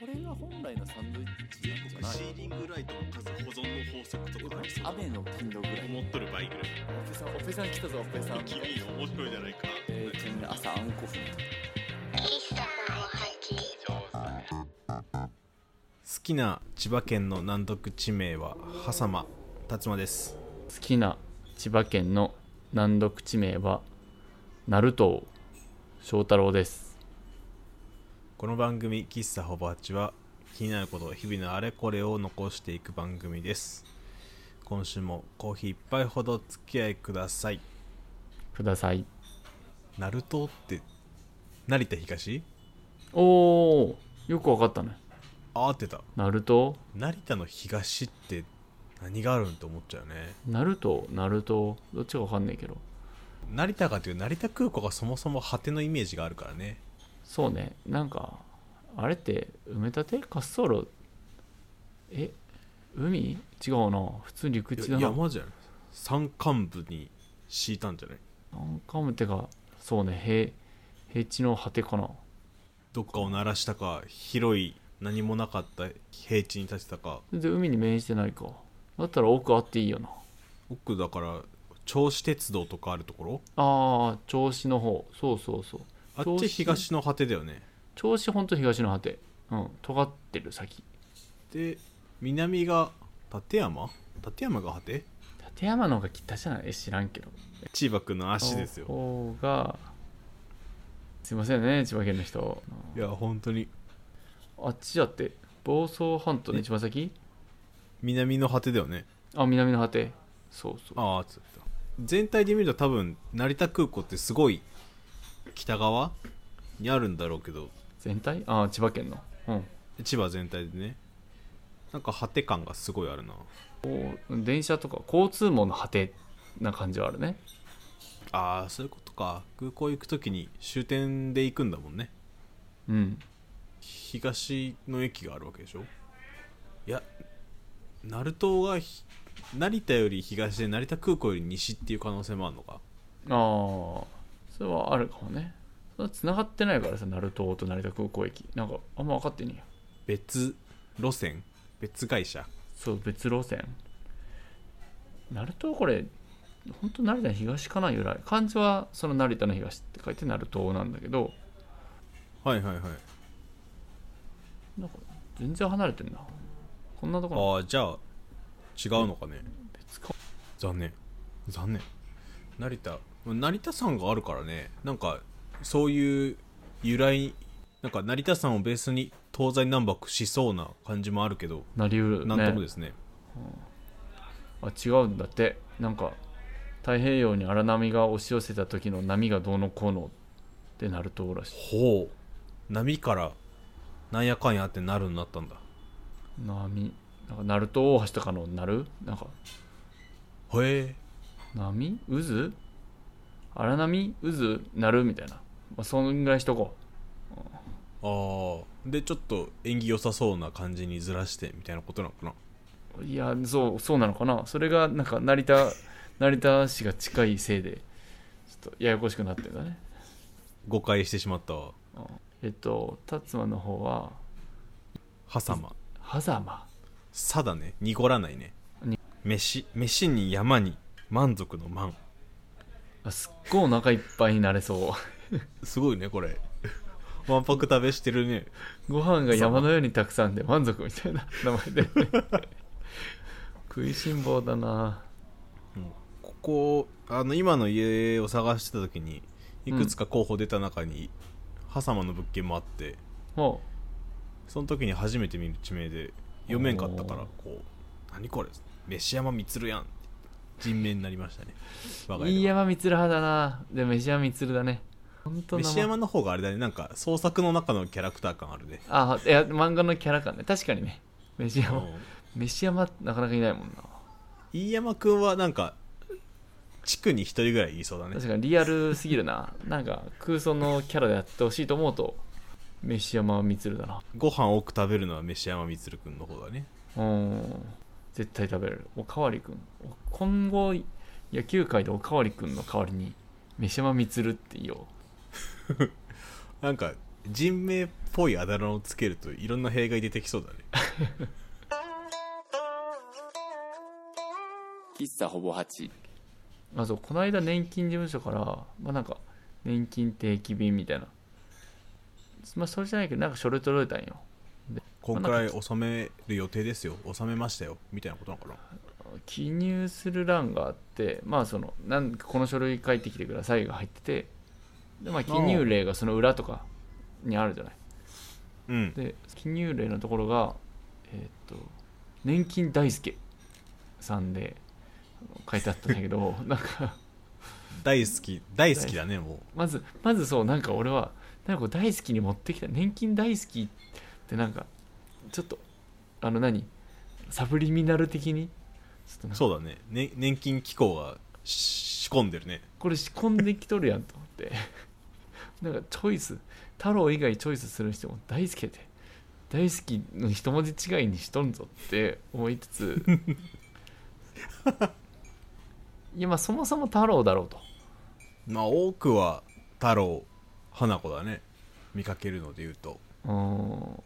これが本来のサンドイッチなん全じゃ国なシーいリングライトの数保存の法則とかありそう雨の頻度ぐらい思っとる倍ぐらいオペさんオペさん来たぞオペさん君面白いじゃないかえー、ちなみに朝あんこ踏む好きな千葉県の難読地名は狭間辰馬です好きな千葉県の難読地名は鳴門翔太郎ですこの番組「喫茶ほぼ8」は気になること日々のあれこれを残していく番組です今週もコーヒー一杯ほどお付き合いくださいくださいナルトって成田東おおよくわかったねあーってた鳴門成田の東って何があるんって思っちゃうね鳴門鳴門どっちかわかんないけど成田かという成田空港がそもそも果てのイメージがあるからねそうねなんかあれって埋め立て滑走路え海違うな普通陸地いやだな山じゃない山間部に敷いたんじゃないなんかもてかそうね平平地の果てかなどっかを鳴らしたか広い何もなかった平地に立てたか全然海に面してないかだったら奥あっていいよな奥だから銚子鉄道とかあるところああ銚子の方そうそうそうあっ銚ち子東の果てだよね銚子ほんと東の果てうん尖ってる先で南が立山立山が果て立山の方が北じゃないえ知らんけど千葉君の足ですよ方がすいませんね千葉県の人いや本当にあっちだって房総半島のえ一番先南の果てだよねあ南の果てそうそうああつった全体で見ると多分成田空港ってすごい北側にあるんだろうけど全体ああ千葉県のうん千葉全体でねなんか果て感がすごいあるなこう電車とか交通網の果てな感じはあるねああそういうことか空港行く時に終点で行くんだもんねうん東の駅があるわけでしょいや鳴門がひ成田より東で成田空港より西っていう可能性もあるのかああそれはあるかもねそれは繋がってないからさ鳴門と成田空港駅なんかあんま分かってねえよ別路線別会社そう別路線鳴門はこれ本当成田の東かな由来漢字はその成田の東って書いて鳴門なんだけどはいはいはいなんか全然離れてんなこんなところああじゃあ違うのかね別か残念残念成田成田山があるからねなんかそういう由来なんか成田山をベースに東西南北しそうな感じもあるけどなりうるなんともねですねあ違うんだってなんか太平洋に荒波が押し寄せた時の波がどうのこうのって鳴門らしほう波からなんやかんやってなるになったんだい波なんか鳴門大橋とかの鳴るなんかへえ波渦荒波渦鳴るみたいな、まあ、そんぐらいしとこうあーでちょっと縁起良さそうな感じにずらしてみたいなことなのかないやそうそうなのかなそれがなんか成田成田市が近いせいでちょっとややこしくなってるんだね誤解してしまったわえっと辰馬の方は狭間狭間さだね濁らないねに飯飯に山に満足の満あすっごいお腹いっぱいになれそすごいねこれ わんぱく食べしてるねうご飯が山のようにたくさんで満足みたいな名前で食いしん坊だなここあの今の家を探してた時にいくつか候補出た中に、狭間の物件もあってもその時に初めて見る地名で読めんかったからおーこう何これ飯山満やんって人名になりましたね我うが家ではいい山光派だなで飯山光だね本当飯山の方があれだねなんか創作の中のキャラクター感あるねあいや漫画のキャラ感ね確かにね飯山うん飯山なかなかいないもんな飯山くんはなんか地区に一人ぐらいいそうだね確かにリアルすぎるな なんか空想のキャラでやってほしいと思うと飯山満だなご飯多く食べるのは飯山満くんの方だねうん絶対食べれるおかわりくんお今後野球界でおかわりくんの代わりに飯山満って言おうなんか人名っぽいあだ名をつけるといろんな弊害出てきそうだね喫茶ほぼ8あそうこの間年金事務所から、まあ、なんか年金定期便みたいなまあそれじゃないけどなんか書類届いたんよこんくらい納める予定ですよ納めましたよみたいなことなのかな記入する欄があってまあそのなんこの書類書いてきてくださいが入っててで、まあ、記入例がその裏とかにあるじゃないうんで記入例のところがえーっと年金大輔さんであの書いてあったんだけど なんか大好き大好きだねもまずまずそうなんか俺はなんかこう大好きに持ってきた年金大好きってなんかちょっとあの何サブリミナル的にちょっとなうんかそうだねね年金機構がし仕込んでるねこれ仕込んできとるやんと思って なんかチョイス太郎以外チョイスする人も大好きで大好きの一文字違いにしとんぞって思いつつ いやまあそもそも太郎だろうとまあ多くは太郎花子だね見かけるので言うとうーん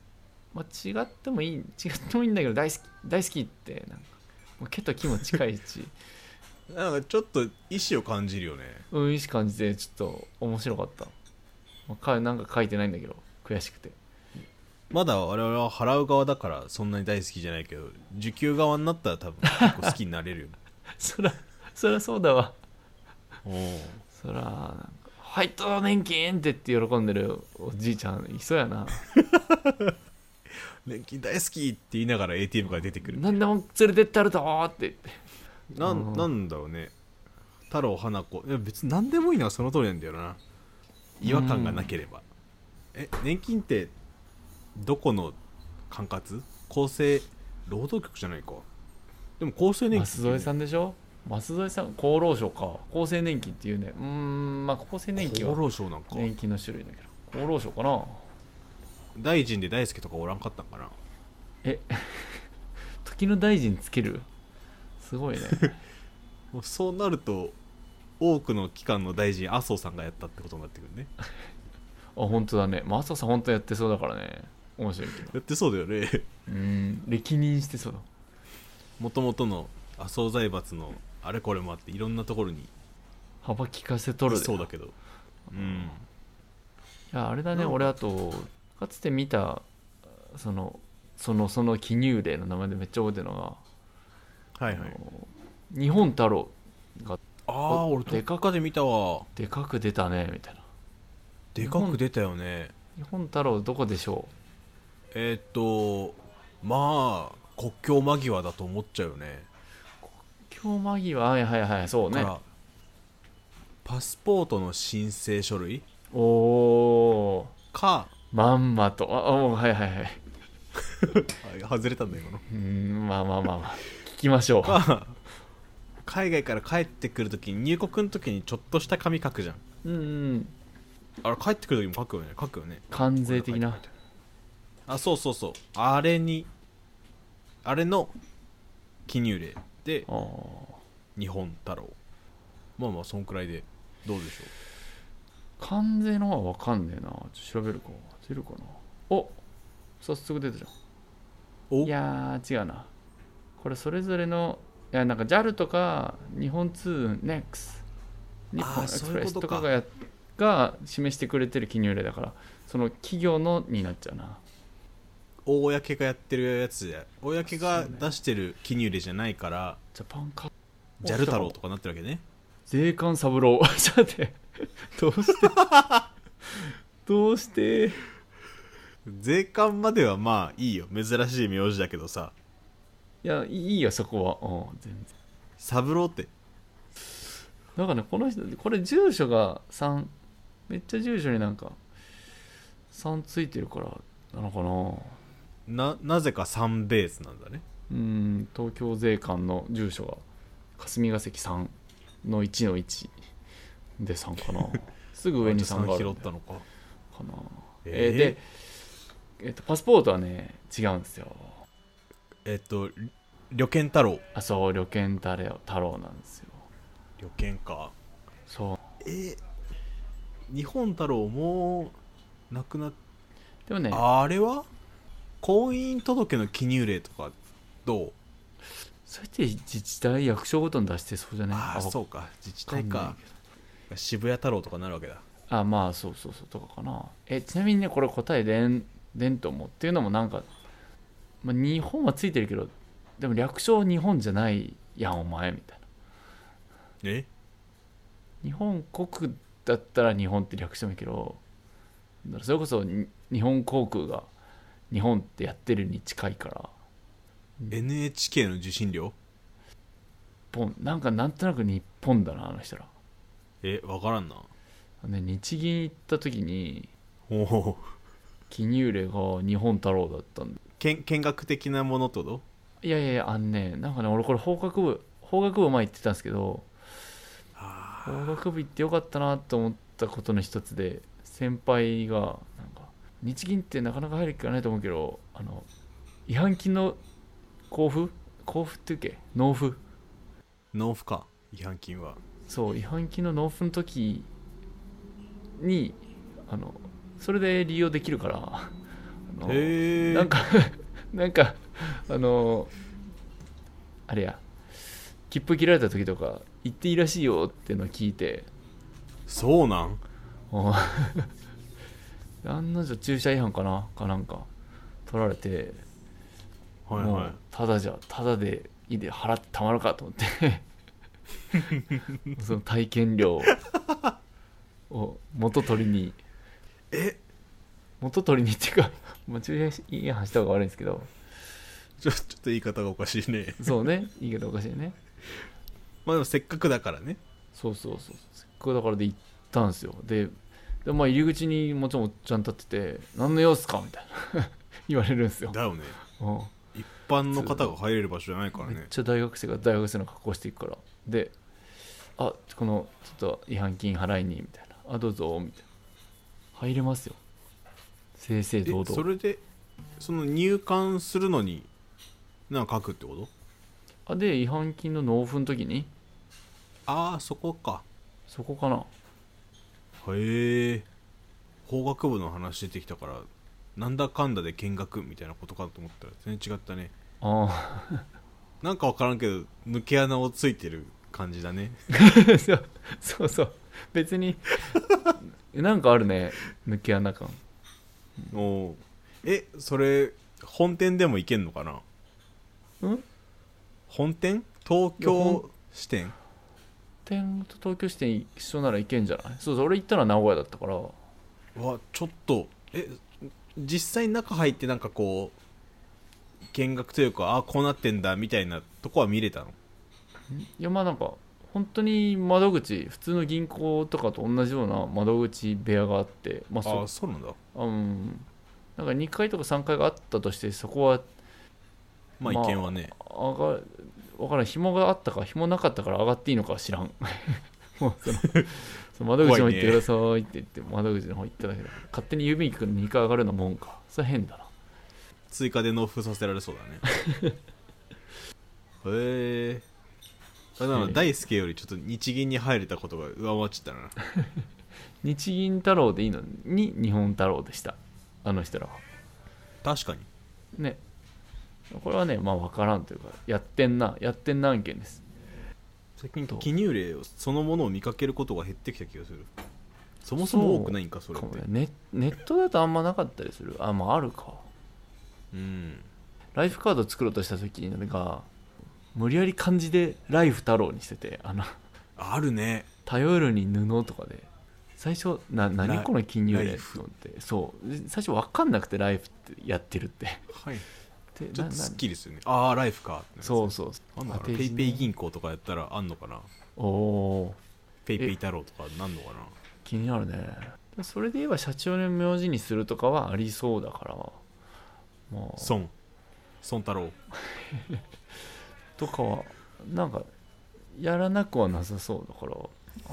まあ違ってもいい違ってもいいんだけど大好き大好きってなんかもう毛と木も近いし なんかちょっと意思を感じるよねうんいい感じでちょっと面白かった、まあかなんか書いてないんだけど悔しくてまだ我々は払う側だからそんなに大好きじゃないけど受給側になったら多分結構好きになれるよねそらそらそうだわおーそらなんか「ファイト年金!」って言って喜んでるおじいちゃんいそうや な年金大好きって言いながら ATM から出てくる何でも連れてってあるとって言ってなうんんなんだろうね太郎花子いや別に何でもいいのはその通りなんだよな違和感がなければ、え年金ってどこの管轄厚生労働局じゃないかでも厚生年金舛添さんでしょ舛添さん厚労省か厚生年金っていうねうーんまあ厚生年金厚は労省なんか年金の種類だけど厚労省かな大臣で大輔とかおらんかったんかな時の大臣つけるす ごいねもうそうなると多くの機関の大臣麻生さんがやったってことになってくる ねあ本当だねまあ麻生さん本当やってそうだからね面白いけどやってそうだよね うーん歴任してそうだもともとの麻生財閥のあれこれもあっていろんなところに幅利かせとるでそうだけどうんいやあれだね俺あとかつて見たそのそのその記入例の名前でめっちゃ覚えてるのがはいあの日本太郎ああー俺ででかかかで見たわでかく出たねみたいなでかく出たよね日本太郎どこでしょえーっとまあ国境間際だと思っちゃうよねう今日間際はいはいはいそうかねらパスポートの申請書類おおかーまんまとあおはいはいはいあ外れたんだよこのうーんまあまあまあまあ聞きましょうか海外から帰ってくるときに入国のときにちょっとした紙書くじゃんうんうんあれ帰ってくるときも書くよね書くよね関税的なあそうそうそうあれにあれの記入例であー日本太郎まあまあそんくらいでどうでしょ関税の方は分かんねえなちょっと調べるか出るかなお早速出たじゃんういやー違うなこれそれぞれのいやなんか JAL とか日本通運 NEX 日本エクスプレスそういうこととかかがやが示してくれてる記入例だからその企業のになっちゃうなお公がやってるやつで公が出してる記入例じゃないからジャパンカジャル太郎とかなってるわけね税関三郎 ちょっと待ってどうして どうして税関まではまあいいよ珍しい名字だけどさいやいいよそこはうん全然三郎ってなんかねこの人これ住所が3めっちゃ住所になんか3ついてるからなのかなななぜか3ベースなんだねうーん東京税関の住所が霞ヶ関3の1の1で3 かなすぐ上に3がああじゃるあ3んだ拾ったよのかかな、ええーーで、えっとパスポートはね違うんですよえっとり旅券太郎あそう旅券太郎太郎なんですよ旅券かそうえ日本太郎もうなくなっでもねあれは婚姻届の記入例とかどうそれって自治体役所ごとに出してそうじゃないああわそうか自治か体んないか渋谷太郎とかなるわけだあまあそうそうそうとかかなえちなみにねこれ答えでんでんと思うっていうのもなんか、まあ、日本はついてるけどでも略称日本じゃないやんお前みたいなえ日本国だったら日本って略してもいいけどだからそれこそに日本航空が日本ってやってるに近いから NHK の受信料ポンなんかなんとなく日本だなあの人ら、えわからんなね、日銀行った時におお記入例が日本太郎だったんで見見学的なものってこといやいやいやあのねなんかね俺これ法学部法学部前行ってたんですけど法学部行ってよかったなと思ったことの一つで先輩がなんか日銀ってなかなか入る気がないと思うけどあの違反金の交付交付っていうっけ納付納付か違反金はそう違反金の納付の時にあのそれで利用できるからあのへえなんか なんかあのあれや切符切られた時とか行っていいらしいよってのを聞いてそうなんお 案の定駐車違反かなかなんか取られて、はいもはうただじゃただでいいで払ってたまるかと思って その体験料 を元取りにえ元取りにっていうかまあ駐車違反した方が悪いんですけどいちょちょっと言い方がおかしいねそうねいいけどおかしいねまあでもせっかくだからねそうそうそうせっかくだからで行ったんですよででまあ入り口にもちろんおっちゃん立ってて「何の様子か?」みたいな 言われるんですよ、だよねうん一般の方が入れる場所じゃないからめっねちゃ大学生が大学生の格好していくからで「あこのちょっと違反金払いに」みたいな「あどうぞ」みたいな入れますよ正々堂え々それでその入館するのになんか書くってことあで違反金の納付の時にああそこかそこかなへえ法学部の話出てきたからなんだかんだで見学みたいなことかと思ったら全然違ったね あなんか分からんけど抜け穴をついてる感じだねあそうそうそう別になんかあるね抜け穴感おおえそれ本店でも行けんのかなん本店東いやほ京ん支店点と東京支店一緒ならいけんじゃないそうそう俺行ったのは名古屋だったからわちょっとえ実際中入ってなんかこう見学というかああこうなってんだみたいなとこは見れたのいやまあなんか本当に窓口普通の銀行とかと同じような窓口部屋があってまああそあそうなんだううんなんか2階とか3階があったとしてそこはまあまあ意見はね、上が分からん紐があったか紐なかったから上がっていいのかは知らん もうその その窓口の方行ってくださいって言って窓口の方行っただけだ勝手に郵便局の2階上がるのもんかそれ変だな追加で納付させられそうだね へえあだから大輔よりちょっと日銀に入れたことが上回っちゃったな日銀太郎でいいのに日本太郎でしたあの人らは確かにねこれはねまあ分からんというかやってんなやってんな案件です最近と記入例をそのものを見かけることが減ってきた気がするそもそも多くないんかそれっかもてねネネットだとあんまなかったりするあまああるかうんライフカード作ろうとした時なんか無理やり漢字で「ライフ太郎」にしててあのあるね「頼るに布」とかで最初な何ラこの記入ラ例イとフ思ってそうで最初分かんなくて「ライフ」ってやってるってはいでちょっなとなすっきりするねああライフかってなるそうそうあんのか当なてペ字イねペイ銀行とかやったらあんのかなおおーペイペイ太郎とかなんのかな気になるねそれで言えば社長の名字にするとかはありそうだからまあ孫孫太郎とかはなんかやらなくはなさそうだから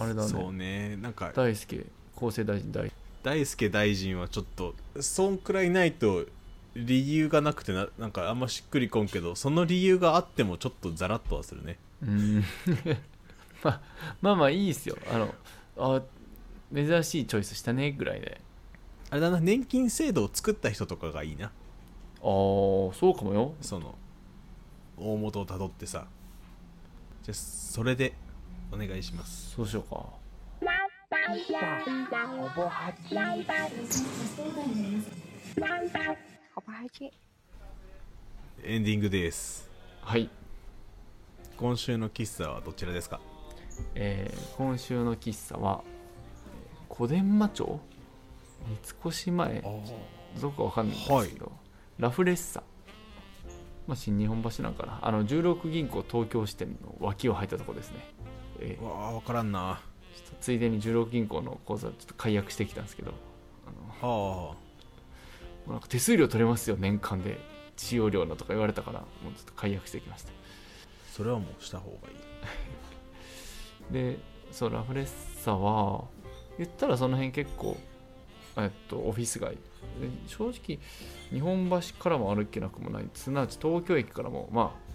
あれだそうねねなんか大輔厚生大臣大大輔大臣はちょっとそんくらいないと理由がなくてななんかあんましっくりこんけどその理由があってもちょっとザラッとはするねうん まあまあまあいいっすよあのあ珍しいチョイスしたねぐらいであれだな年金制度を作った人とかがいいなあーそうかもよその大元をたどってさじゃあそれでお願いしますそうしようか好吧，还这エンディングですはい、今週の喫茶はどちらですかえー今週の喫茶はえー小伝馬町三越前どこかわかんないんですけど、ラフレッサ、まあ、新日本橋なんかなあの16銀行東京支店の脇を入ったとこですね、えーうわあ分からんなはちょっとついでに16銀行の口座ちょっと解約してきたんですけどもあはうなんか手数料取れますよ年間で使用料なとか言われたからもうちょっと解約してきましたあそれはもうした方がいいでそうラフレッサは言ったらその辺結構えっとオフィス街で正直日本橋からも歩けなくもないすなわち東京駅からもまあ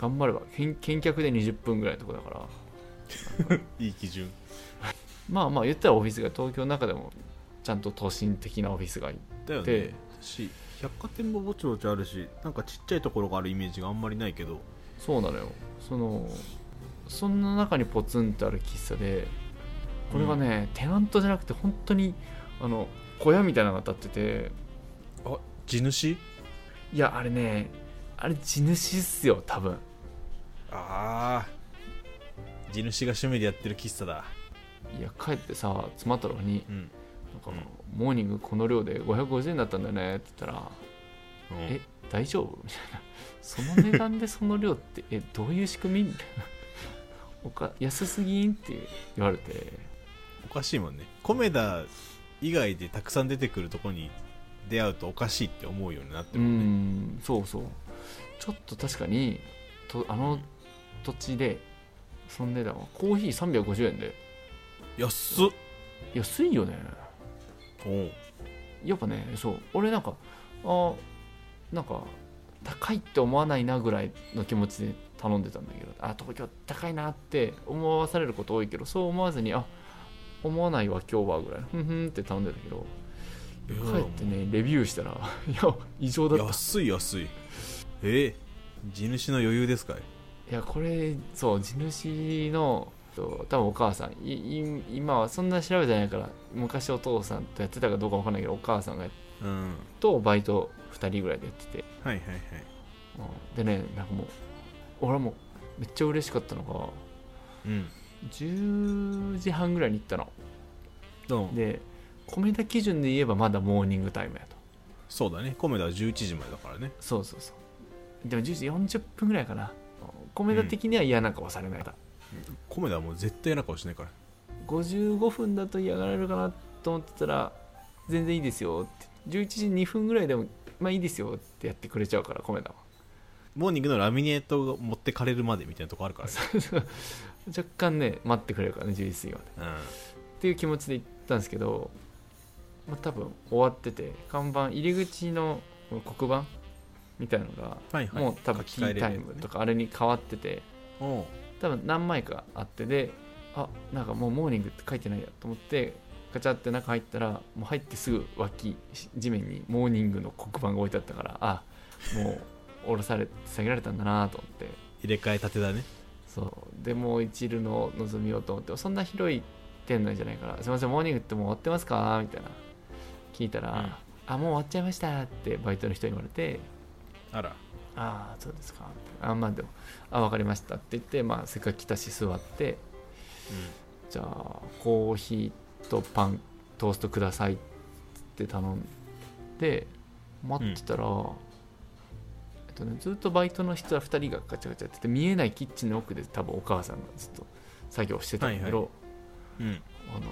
頑張れば見見客で20分ぐらいのとこだからいい基準まあまあ言ったらオフィス街東京の中でもちゃんと都心的なオフィス街だよでねし百貨店もぼちぼちあるしなんかちっちゃいところがあるイメージがあんまりないけどそうなのよそのそんな中にポツンってある喫茶でこれがね、テナントじゃなくて本当にあの小屋みたいなのが建っててあ地主いやあれねあれ地主っすよ多分ああ地主が趣味でやってる喫茶だいや帰ってさ妻太郎にうん、なんか、モーニングこの量で550円だったんだよね」って言ったらうんえ大丈夫?」みたいな「その値段でその量ってえどういう仕組み?」みたいなおか「安すぎん?」って言われておかしいもんねコメダ以外でたくさん出てくるとこに出会うとおかしいって思うようになってうるもんねんそうそうちょっと確かにとあの土地でその値段はコーヒー350円で安っ安いよねおうやっぱねそう俺なんかあなんか高いって思わないなぐらいの気持ちで頼んでたんだけどあ東京高いなって思わされること多いけどそう思わずにあ思わないわ今日はぐらいのふんふんって頼んでたけどいや帰ってねレビューしたら いや異常だった安い安いえー、地主の余裕ですかいいやこれそう地主のそう多分お母さんいい今はそんな調べてないから昔お父さんとやってたかどうかわかんないけどお母さんがうんとバイト2人ぐらいでやっててはいはいはいうんでねなんかもう俺はもうめっちゃ嬉しかったのがうん10時半ぐらいに行ったのどうもで米田基準で言えばまだモーニングタイムやとそうだねコメダは11時までだからねそうそうそうでも10時40分ぐらいかな米田的には嫌な顔されない、コメダはもう絶対嫌な顔しないから55分だと嫌がられるかなと思ってたら全然いいですよって11時2分ぐらいでもまあいいですよってやってくれちゃうから米田は モーニングのラミネートを持ってかれるまでみたいなとこあるからね若干ね待ってくれるからね11時までっていう気持ちで行ったんですけど、まあ、多分終わってて看板入り口の黒板みたいのが、 はいはいもう多分書キき換えれーるやつタねイムとかあれに変わっててうんおう多分何枚かあってであなんかもうモーニングって書いてないやと思ってガチャって中入ったらもう入ってすぐ脇し地面にモーニングの黒板が置いてあったからあもう降ろされて下げられたんだなと思って入れ替えたてだねそうでもう一縷の望みをと思ってそんな広い店内じゃないから「すいませんモーニングってもう終わってますか?」みたいな聞いたら「うんあもう終わっちゃいました」ってバイトの人に言われてあら「ああそうですか」ってあまあでも「あ分かりました」って言って、まあ、せっかく来たし座って「じゃあコーヒーとパントーストください」って頼んで待ってたら、えっとね、ずっとバイトの人は2人がガチャガチャやってて見えないキッチンの奥で多分お母さんがずっと作業してたんだけど、うんうんあの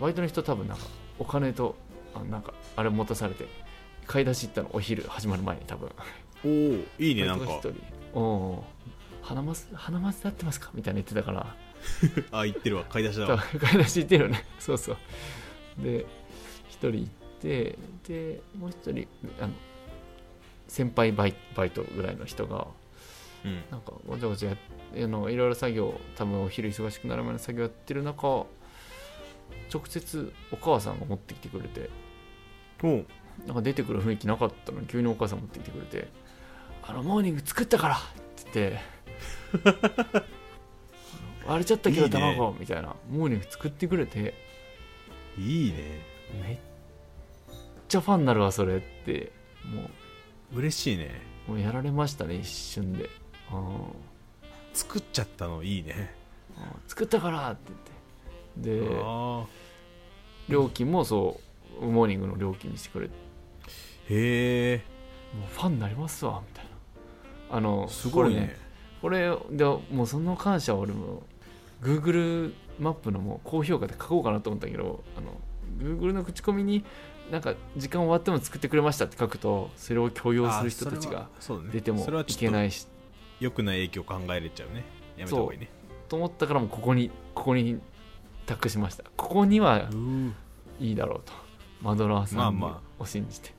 バイトの人多分なんかお金とあなんかあれ持たされて買い出し行ったのお昼始まる前に多分おおいいねなバイん かトが一人おうおう花マス花マスで合ってますかみたいな言ってたからあ言ってるわ買い出しだ 多わ分買い出し行ってるよねそうそうで一人行ってでもう一人あの先輩バイバイトぐらいの人がうんなんかごちゃごちゃやあのいろいろ作業多分お昼忙しくなる前の作業やってる中直接お母さんが持ってきてくれておうなんか出てくる雰囲気なかったのに急にお母さん持ってきてくれて「あのモーニング作ったから!」って言って 「割れちゃったけいどいね卵みたいなモーニング作ってくれていいねめっちゃファンになるわそれっても嬉しいねうもうやられましたね一瞬で「うん作っちゃったのいいねうん作ったから!」って言ってでああ料金もそうモーニングの料金にしてくれてへえもうファンになりますわみたいなあのすごいこれねこれでもうその感謝は俺も Google マップのもう高評価で書こうかなと思ったけどあの Google の口コミになんか時間終わっても作ってくれましたって書くとそれを強要する人たちがあーそれはそうだね出てもそれはいちょっとけないし良くない影響考えれちゃうねやめた方がいいねと思ったからもうここにここに託しましたここにはうーいいだろうとマドラーまさあんまを信じて、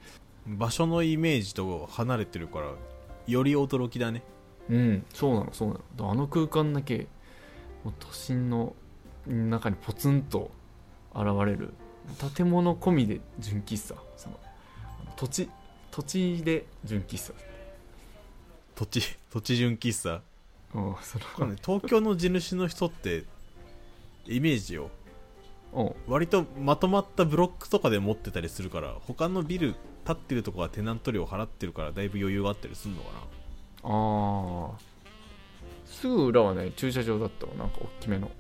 場所のイメージと離れてるからより驚きだねうんそうなのそうなのあの空間だけもう都心の中にポツンと現れる建物込みで純喫茶その土地土地で純喫茶、土地 土地純喫茶うん、そわかんない東京の地主の人ってイメージをの、うん、割とまとまったブロックとかで持ってたりするから他のビル立ってるとこはテナント料払ってるからだいぶ余裕があったりするのかなああすぐ裏はね駐車場だったわなんか大きめの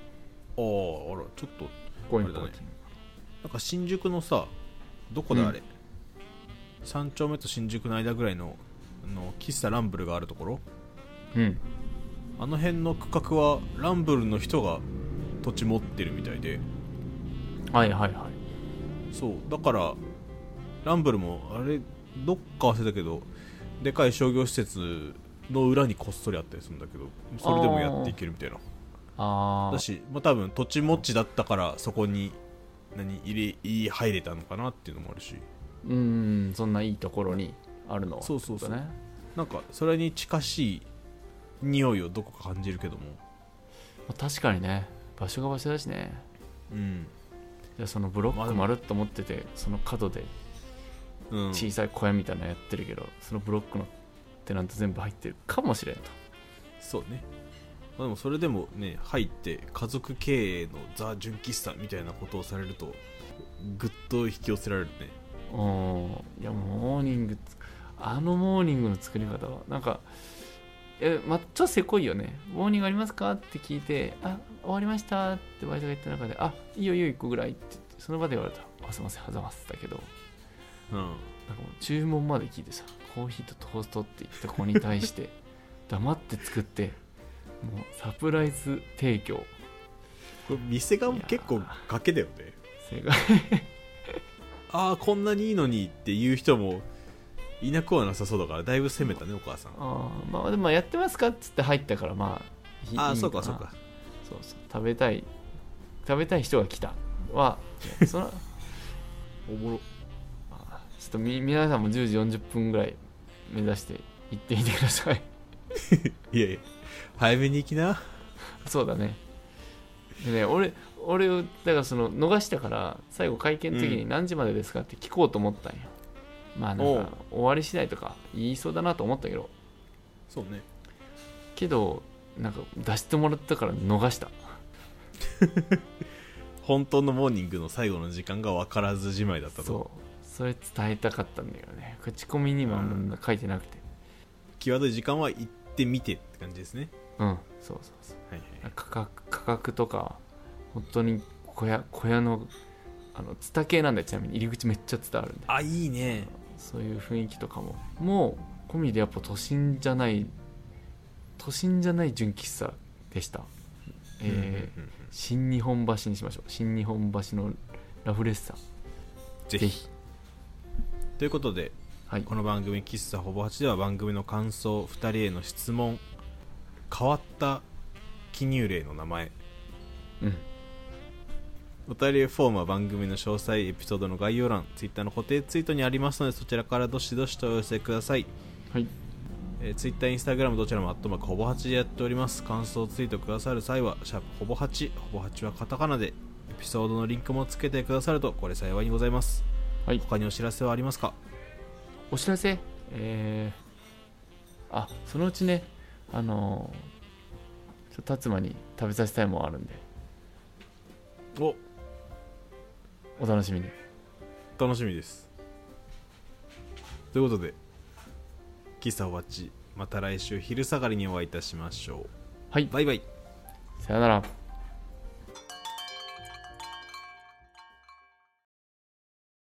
あーあらちょっとコイあンれだねポインなんか新宿のさどこだあれ、三丁目と新宿の間ぐらいのあの喫茶ランブルがあるところトうんあの辺の区画はランブルの人が土地持ってるみたいではいはいはいそうだからランブルもあれどっか忘れたけどでかい商業施設の裏にこっそりあったりするんだけどそれでもやっていけるみたいなあだあし、まあ、多分土地持ちだったからそこに何入れ入れ入れたのかなっていうのもあるしうんそんないいところにあるのはそうそうそうってことねなんかそれに近しい匂いをどこか感じるけどもまあ確かにね場所が場所だしねうん、じゃあそのブロまあッでクも丸っと持っててその角でうん、小さい小屋みたいなのやってるけど、そのブロックのテナント全部入ってるかもしれんとそうね、まあ、でもそれでもね入って家族経営のザ・純喫茶みたいなことをされるとぐっと引き寄せられるねうんいやもうモーニングつあのモーニングの作り方はなんかえまっちょせこいよねモーニングありますかって聞いてあ終わりましたってバイトが言った中であいいよいいよ1個ぐらいって言ってその場で言われたあすいませんはざますだけどうんなんかもう注文まで聞いてさコーヒーとトーストって言った子に 対して黙って作ってもうサプライズ提供これ店側も結い構やーガケだよね正解ああこんなにいいのにっていう人もいなくはなさそうだからだいぶ攻めたねお母さん あーまあでもやってますかっつって入ったからまあいいあいあいそのうかなそうかそうそう食べたい食べたい人が来たはその おもろまあちょっとみ皆さんも10時40分ぐらい目指して行ってみてくださいいやいや早めに行きなそうだねでね俺俺をだからその逃したから最後会見の時うにん何時までですかって聞こうと思ったんよ、まあなんおうか終わり次第とか言いそうだなと思ったけどそうねけどなんか出してもらったから逃した本当のモーニングの最後の時間が分からずじまいだったとそうそれ伝えたかったんだけどね口コミにはもう書いてなくて際どい時間は行ってみてって感じですねうん、そうそうそうはいはい価格価格とか本当に小屋小屋のあのツタ系なんだよちなみに入り口めっちゃツタあるんであいいねそういう雰囲気とかももう込みでやっぱ都心じゃない都心じゃない純喫茶でした、えーうんうんうん新日本橋にしましょう新日本橋のラフレッサぜひぜひということではいこの番組「喫茶ほぼ8」では番組の感想2人への質問変わった記入例の名前うんお便りフォームは番組の詳細エピソードの概要欄 Twitter の固定ツイートにありますのでそちらからどしどしとお寄せくださいはいえー、Twitter、Instagram どちらもアットマークほぼ8でやっております。感想をツイートくださる際は、シャープほぼ8、ほぼ8はカタカナで、エピソードのリンクもつけてくださると、これ幸いにございます。はい他にお知らせはありますかお知らせえー、あそのうちねあのー、ちょっと辰馬に食べさせたいもんあるんでおお楽しみに楽しみですということで喫茶おばっちまた来週昼下がりにお会いいたしましょうはいバイバイさよなら